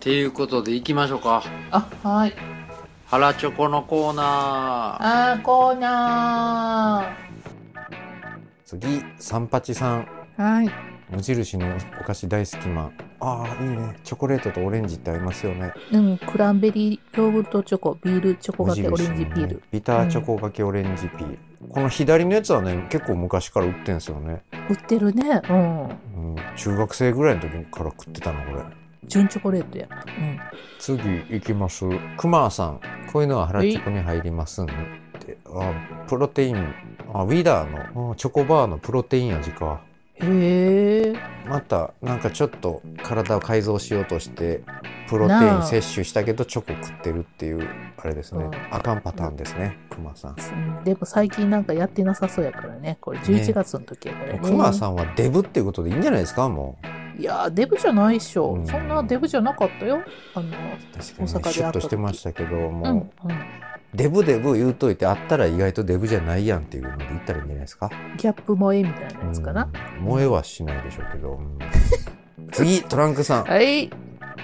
ていうことで行きましょうかあはいハラチョコのコーナあーコーナ次、三八さん。ーはい無印のお菓子大好きマン。ああ、いいね。チョコレートとオレンジって合いますよね。うんクランベリーヨーグルトチョコビールチョコ無がけ印オレンジのピーねル、ビターチョコがけオレンジピール。この左のやつはね、結構昔から売ってんすよね。売ってるねうんうん、中学生ぐらいの時から食ってたの、これ。純チョコレートやうん次行きます。クマさん。こういうのは腹チョコに入りますね。であプロテイン。あ、ウィダーのうんチョコバーのプロテイン味か。へえまたなんかちょっと体を改造しようとしてプロテイン摂取したけどチョコ食ってるっていうあれですねうんあかんパターンですねクマさんでも最近なんかやってなさそうやからねこれ11月の時やからねクマさんはデブっていうことでいいんじゃないですかもういやーデブじゃないっしょ、うんそんなデブじゃなかったよあの確かに、大阪で会ったね、時シュッとしてましたけどもう、うんうんデブデブ言うといてあったら意外とデブじゃないやんっていうので言ったらいいんじゃないですかギャップ萌えみたいなやつかな、うん萌えはしないでしょうけど、うん 次トランクさんはい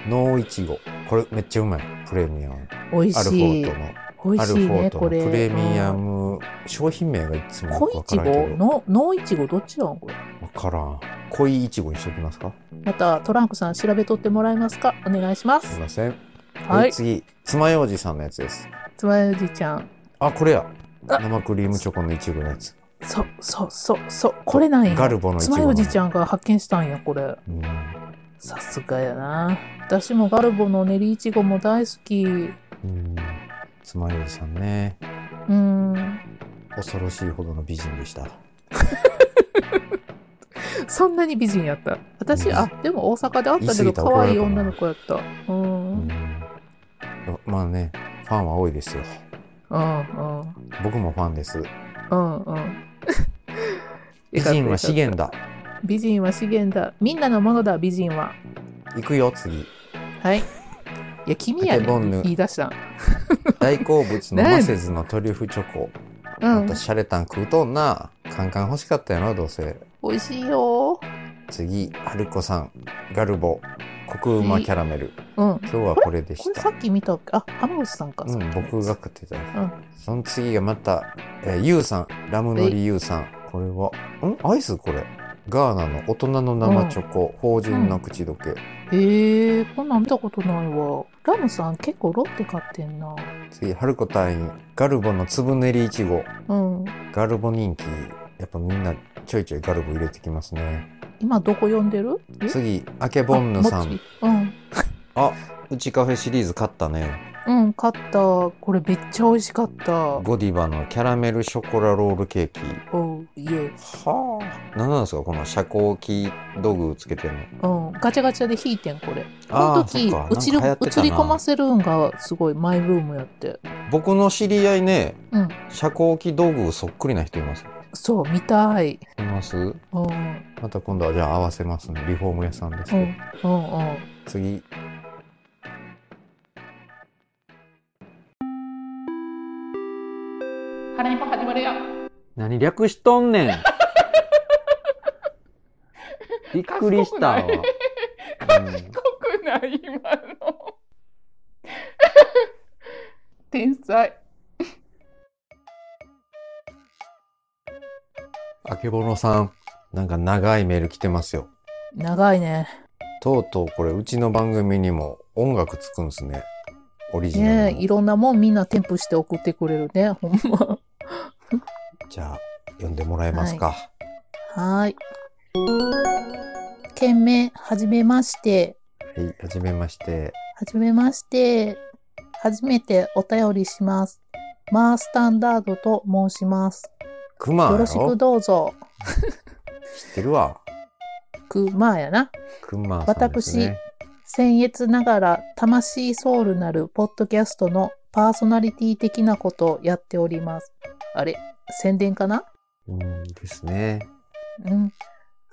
ノーイチゴこれめっちゃうまいプレミアム美味アルフしォいートの美ア味ルしフいォーねトこのプれレミアうんム、商品名がいつもよ小くわいかちらんけごど。ののいちごどっちなんこれわからん。濃いいちごにしときますかまたトランクさん調べとってもらえますかお願いしますいすません。ははいい。次、つまようじさんのやつです。つまようじちゃんあ、これや。あ生クリームチョコのいちごのやつ。そそうそうそうこれなんやガルボのいちつごまの。ようじちゃんが発見したんやこれうん。さすがやな私もガルボの練りいちごも大好きううん。つまようじさんね。ーん恐ろしいほどの美人でした。そんなに美人やった私あでも大阪で会ったけ言どい過ぎたら怒可られ愛いるかな女の子やったうんううんん。まあね、ファンは多いですよ。うん僕もファンです。うんうん。美人は資源だ。美人は資源だ。みんなのものだ、美人は。行くよ、 次。はい。いや、君や竹ボンヌね言い出したん。大好物のマセズのトリュフチョコ。うまんた。シャレたん食うとんな。カンカン欲しかったよな、どうせ。美味しいよ。次、はるこさん。ガルボ。コクうまキャラメル。うん。今日はこれでしこれた。さっき見たっけあ、浜口さんか。うさっきん、のやつ僕が。食ってた。んその次がまた、えー、ゆうさん。ラムのりゆうさん。これは、んアイスこれ。ガーナの大人の生チョコ。芳醇な口どけ。へえー、こんなん見たことないわ。ラムさん結構ロッテ買ってんな。次、はるこ隊員。ガルボのつぶねりいちご。うん。ガルボ人気。やっぱみんなちょいちょいガルボ入れてきますね。今どこ読んでるえ次、あけぼんぬさあもんち。うん。あ、うちカフェシリーズ買ったね。うん、買った。これめっちゃ美味しかった。ゴディバのキャラメルショコラロールケーキ。おう、イエーイはあ。何なんですかこの遮光器道具つけてるの。うん、ガチャガチャで引いてんこれこあのー時そっかうちるなんか流行ってた映なり込ませるんがすごいマイブームやって僕の知り合いね、うん遮光器道具そっくりな人います。そう見たいいますうんうんまた今度はじゃあ合わせますね。リフォーム屋さんです、うねんうん次。腹にも始まるよ何略しとんね んびっくりしたわ。賢うんくない今の 天才あけぼのさん、なんか長いメール来てますよ。長いねとうとうこれうちの番組にも音楽つくんですね。オリジナルねの。いろんなもんみんな添付して送ってくれるねほんまじゃあ読んでもらえますか。はーい件名はじめましてはい、はじめまして。はじめまして。初めてお便りします。マースタンダードと申します。くまよやろしくろどうぞ。知ってるわ。くまあやな。くまさんですね。僭越ながら魂ソウルなるポッドキャストのパーソナリティ的なことをやっております。あれ宣伝かなうんですね。うん。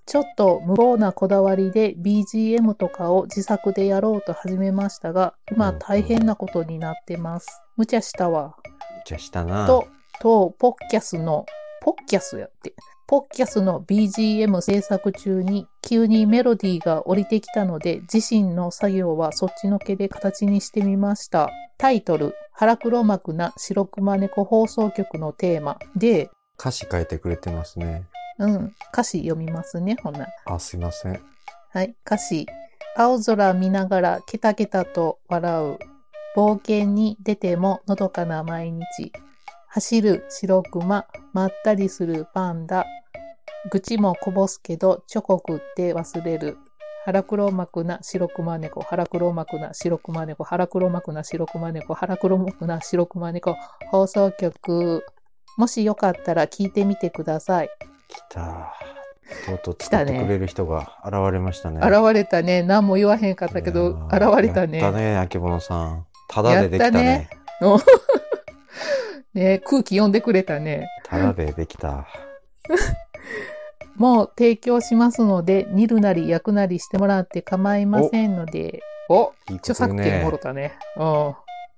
ちょっと無謀なこだわりで BGM とかを自作でやろうと始めましたが、今大変なことになってます。無茶したわ。じゃあしたな。と、と、ポッキャスの、ポッキャスやって、ポッキャスの BGM 制作中に急にメロディーが降りてきたので自身の作業はそっちのけで形にしてみました。タイトル、腹黒幕な白熊猫放送局のテーマで、歌詞書いてくれてますね。うん、歌詞読みますね、ほな。あ、すいません。はい、歌詞。青空見ながらケタケタと笑う。冒険に出てものどかな毎日。走る白熊、まったりするパンダ。愚痴もこぼすけど、チョコ食って忘れる。腹黒幕な白熊猫、腹黒幕な白熊猫、腹黒幕な白熊猫、腹黒幕な白熊猫、放送局。もしよかったら聞いてみてください。来た。とうとう来作たっねてくれる人が現れましたね。現れたね。何も言わへんかったけいど、やー現れたね。やったね、あけぼのさん。ただでできたやっね。ね、空気読んでくれたね。ただでできた。もう提供しますので、煮るなり焼くなりしてもらって構いませんので、おいいこ著と言う作権ねもろ。たね。うん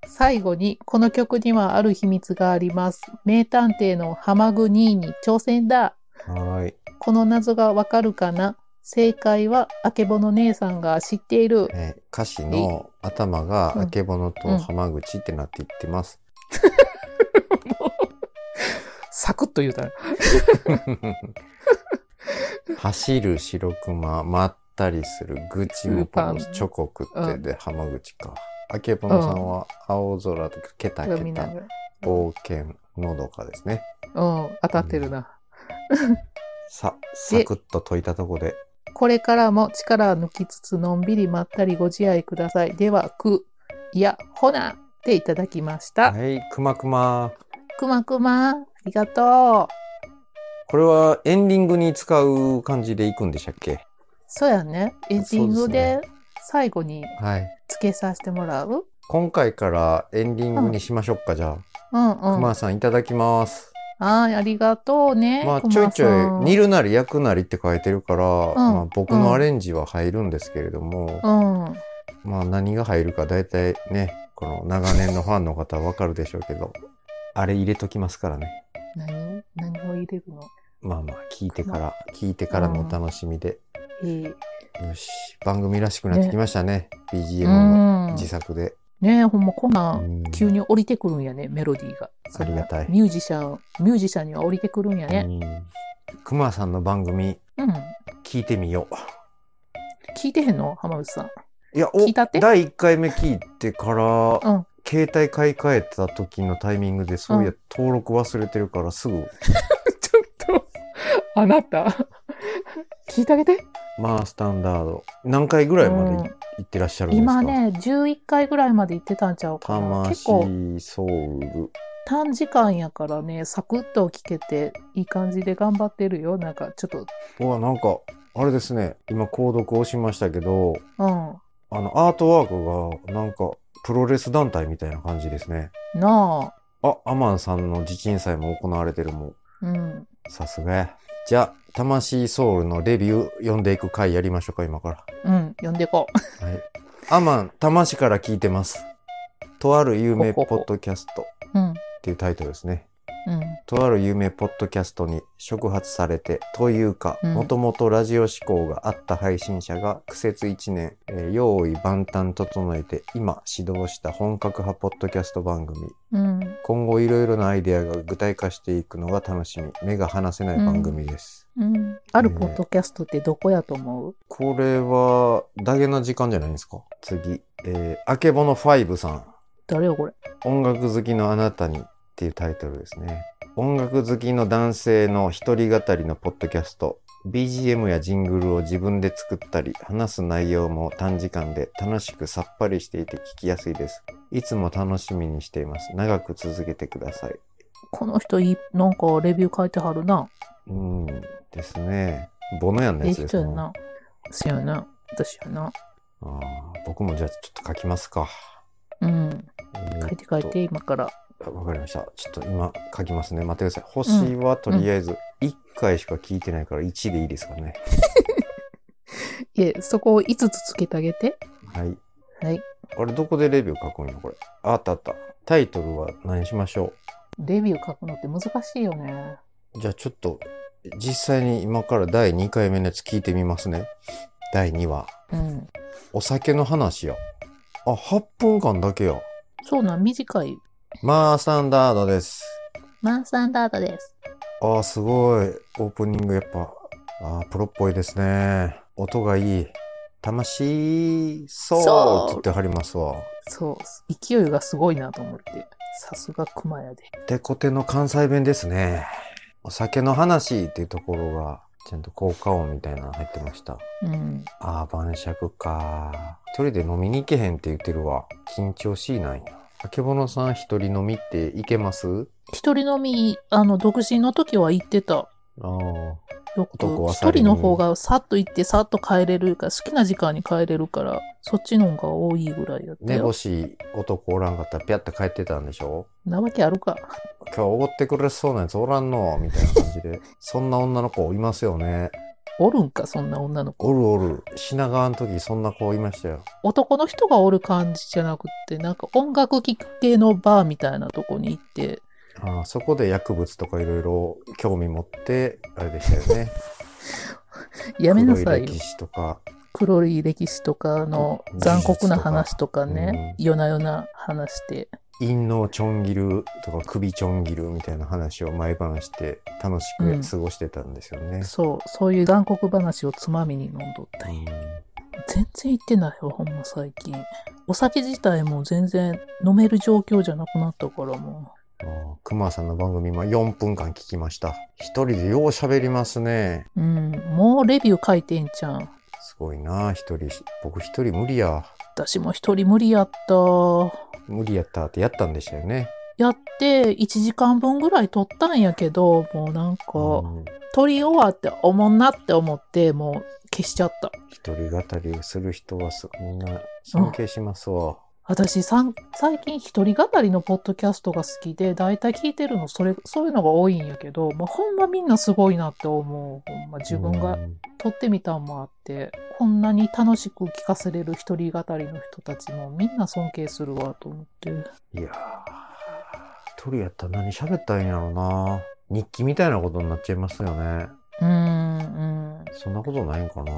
最後に、この曲にはある秘密があります。名探偵の浜グニーに挑戦だ。はーい。この謎がわかるかな正解は、あけぼの姉さんが知っている。えー歌詞の頭がうんあけぼのと浜口ってなっていってます。サクッと言うたね。 走る白熊、まったりする、愚痴もこぼうす、んチョコ食ってうんで浜口か。あけぼのさんは青空とかケタみケんなタ、が。冒険、のどかですね。うん、当たってるな。さ、サクッと解いたとこで、これからも力を抜きつつのんびりまったりご自愛ください。では、く、いや、ほなっていただきました。はい、くまくま。くまくま、ありがとう。これはエンディングに使う感じでいくんでしたっけそうやね。エンディンそグうですで最後にはい。付けさせてもらう今回からエンディングにしましょうか、じゃうんあ。うん。くまはさんいただきます。い、ありがとうね。まあ、熊ちょいちさょんい、煮るなり焼くなりって書いてるから、まあ、僕うんのアレンジは入るんですけれども、うん。まあ、何が入るか大体ね、この長年のファンの方はわかるでしょうけど、あれ入れときますからね。何何を入れるのまあまあ、聞いてから、聞いてからのお楽しみで。えーよし、番組らしくなってきましたね。う BGM もん。自作で。ねえほんまこんなうんん急に降りてくるんやね、メロディーが。ありがたいミュージシャン、ミュージシャンには降りてくるんやね。うんくまさんの番組、うん。聞いてみよう。聞いてへんの浜口さん。いや、お聞いたって第1回目聞いてから、うん携帯買い替えた時のタイミングで、そういや、登録忘れてるからすぐちょっと、あなた、聞いてあげて。まあ、スタンダード。何回ぐらいまでい,、ってらっしゃるんですか今。ね、11回ぐらいまで行ってたんちゃうかな。結構魂ソウル。短時間やからね、サクッと聞けて、いい感じで頑張ってるよ。なんか、ちょっと、うわ、なんか、あれですね。今、購読をしましたけど、うあの、アートワークが、なんか、プロレス団体みたいな感じですね。ん。なあ、あ、アマンさんの地鎮祭も行われてるもん。うん。さすがや。じゃあ、魂ソウルのレビュー読んでいく回やりましょうか、今から。うん、呼んでこう。はい。アマン、魂から聞いてます。とある有名ポッドキャストっうん、 ていうタイトルですね。うん、とある有名ポッドキャストに触発されて、というか、うんもともとラジオ志向があった配信者が苦節1年、えー用意万端整えて、今始動した本格派ポッドキャスト番組。うん。今後いろいろなアイデアが具体化していくのが楽しみ。目が離せない番組です。うん、あるポッドキャストってどこやと思う、これは、ダゲな時間じゃないんですか次。えー、あけぼの5さん。誰よこれ。音楽好きのあなたにっていうタイトルですね。音楽好きの男性の一人語りのポッドキャスト。BGM やジングルを自分で作ったり、話す内容も短時間で楽しくさっぱりしていて聞きやすいです。いつも楽しみにしています。長く続けてください。この人いい、なんかレビュー書いてはるな。うん、ですね。ボノヤンのええやつです人やね。な。そうやな。私やな。あー僕もじゃあちょっと書きますか。うん。えーっ書といて書いて、今から。あわかりました。ちょっと今書きますね。待ってください。星はとりあえず1回しか聞いてないから1でいいですかね。いえ、そこを5つつけてあげて。はい。はい。あれ、どこでレビュー書くんや、これ。ああったあった。タイトルは何にしましょレビュー書くのって難しいよね。うじゃあちょっと実際に今から第2回目のやつ聞いてみますね。第2話。うん。お酒の話や。あ、8分間だけや。そうなん、短い。まあ、スタンダードです。マンスタンダードです。ああ、すごい。オープニングやっぱ、ああ、プロっぽいですね。音がいい。魂、そうそうって言ってはりますわ。そう。勢いがすごいなと思って。さすが熊やで。てこての関西弁ですね。お酒の話っていうところが、ちゃんと効果音みたいなの入ってました。うん。ああ、晩酌か。一人で飲みに行けへんって言ってるわ。緊張しいなんや。あけぼのさん一人飲みって行けます一人飲み、あの、独身の時は行ってた。ああ。よく。男は一去り人にの方がさっと行って、さっと帰れるから、好きな時間に帰れるから、そっちの方が多いぐらいだったね、よも。し男おらんかったらピャッと帰ってたんでしょなわけあるか。今日おごってくれそうなやつおらんのみたいな感じで。 そんな女の子いますよね。おるんか、そんな女の子。おるおる。品川の時そんな子いましたよ。男の人がおる感じじゃなくって、なんか音楽聴く系のバーみたいなとこに行って、ああ、そこで薬物とかいろいろ興味持って、あれでしたよね。 やめなさい黒よ歴。史とか。黒い歴史とかの残酷な話とかね、夜な夜な話して、陰のちょん切るとか首ちょん切るみたいな話を毎晩して楽しく過ごしてたんですよね。そう、そういう残酷話をつまみに飲んどったんや全然行ってないよ、ほんま最近。お酒自体も全然飲める状況じゃなくなったからもああ熊さんの番組も4分間聞きました。一人でよう喋りますね。う。うん、もうレビュー書いてんじゃん。すごいな一人。僕一人無理や。私も一人無理やった。無理やったってやったんでしたよね。やって1時間分ぐらい撮ったんやけど、もうなんか、うん撮り終わっておもんなって思って、もう消しちゃった。一人語りをする人はすみんな尊敬しますわ。私さん最近一人語りのポッドキャストが好きで大体聞いてるのそれそういうのが多いんやけど、まあ、ほんまみんなすごいなって思うほんま自分うがん撮ってみたんもあってこんなに楽しく聞かせれる一人語りの人たちもみんな尊敬するわと思っていやー一人やったら何喋ったんやろうな日記みたいなことになっちゃいますよね。うーんうんそんなことないんかな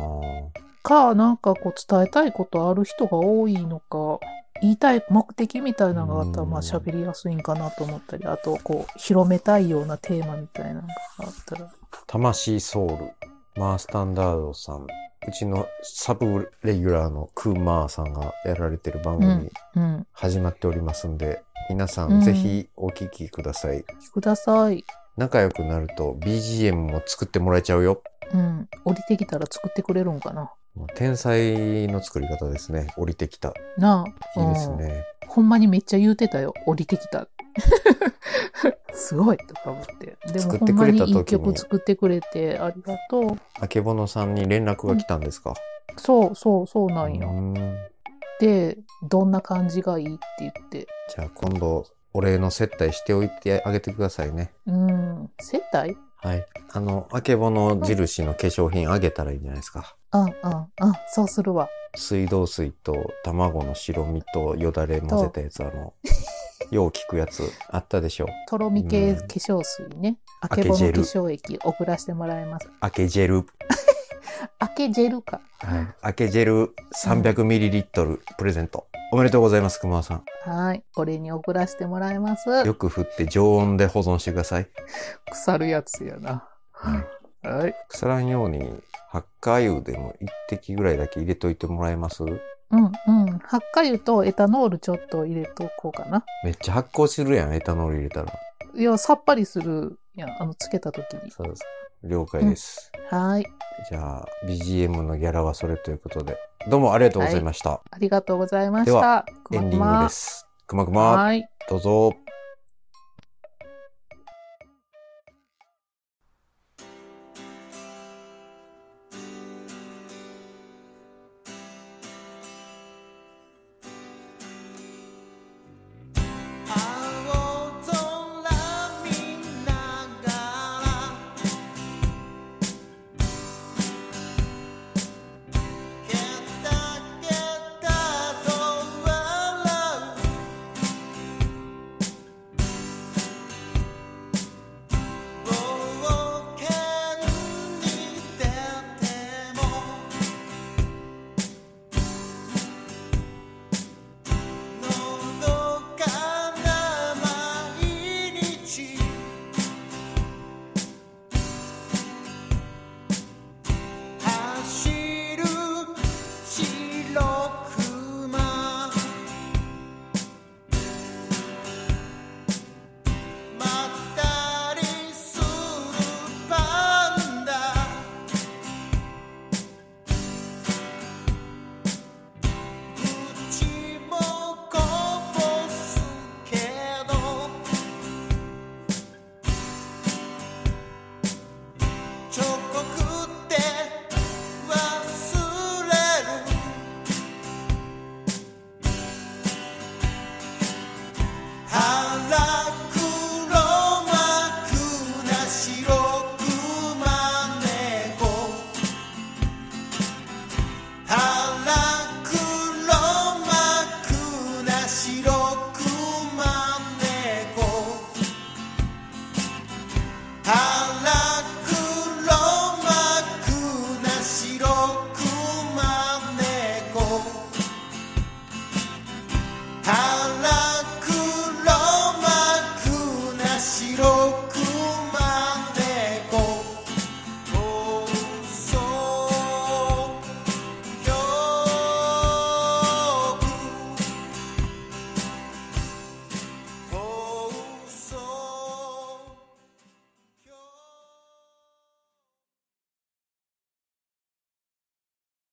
かなんかこう伝えたいことある人が多いのか言いたい目的みたいなのがあったらうんまあ喋りやすいんかなと思ったりあとこう広めたいようなテーマみたいなのがあったら魂ソウル、マースタンダードさん、うちのサブレギュラーのクーマーさんがやられてる番組うん始まっておりますんで、皆さうんんぜひお聞きください。ください。仲良くなると BGM も作ってもらえちゃうよ。うん。降りてきたら作ってくれるんかな。もう天才の作り方ですね。降りてきた。なあ。いいですうん。ね。ほんまにめっちゃ言うてたよ。降りてきた。 すごいとか思って。でも作っほんてまくれにた時にいい曲作ってくれてありがとう。あけぼのさんに連絡が来たんですか、そうそうそうなんうよ。んじで、どんな感じがいいって言って。ゃあ今度、お礼の接待しておいてあげてくださいね。うん。接待はい。あの、あけぼの印の化粧品あげたらいいんじゃないですか。うんうんうん。そうするわ。水道水と卵の白身とよだれ混ぜたやつ、あ の、よう聞くやつあったでしょう。とろみ系うん化粧水ね。ああけけぼのジ化ェル粧液送らせてもらいます。あけジェル。あけジェルか。はい。あけジェル 300ml プレゼント。おめでとうございます、熊尾さん。はい。これに送らせてもらいます。よく振って常温で保存してください。腐るやつやな。はいはい。腐らんように、発火油でも1滴ぐらいだけ入れといてもらえますうんうん。発火油とエタノールちょっと入れとこうかな。めっちゃ発酵するやん、エタノール入れたら。いや、さっぱりするやん。あの、つけた時に。そうです。了解です。はい。じゃあ、BGM のギャラはそれということで、どうもありがとうございました。ありがとうございましでたは。くエまンくディングまで。す。くまくま、はい。どうぞ。青空見ながらケタケタと笑う僕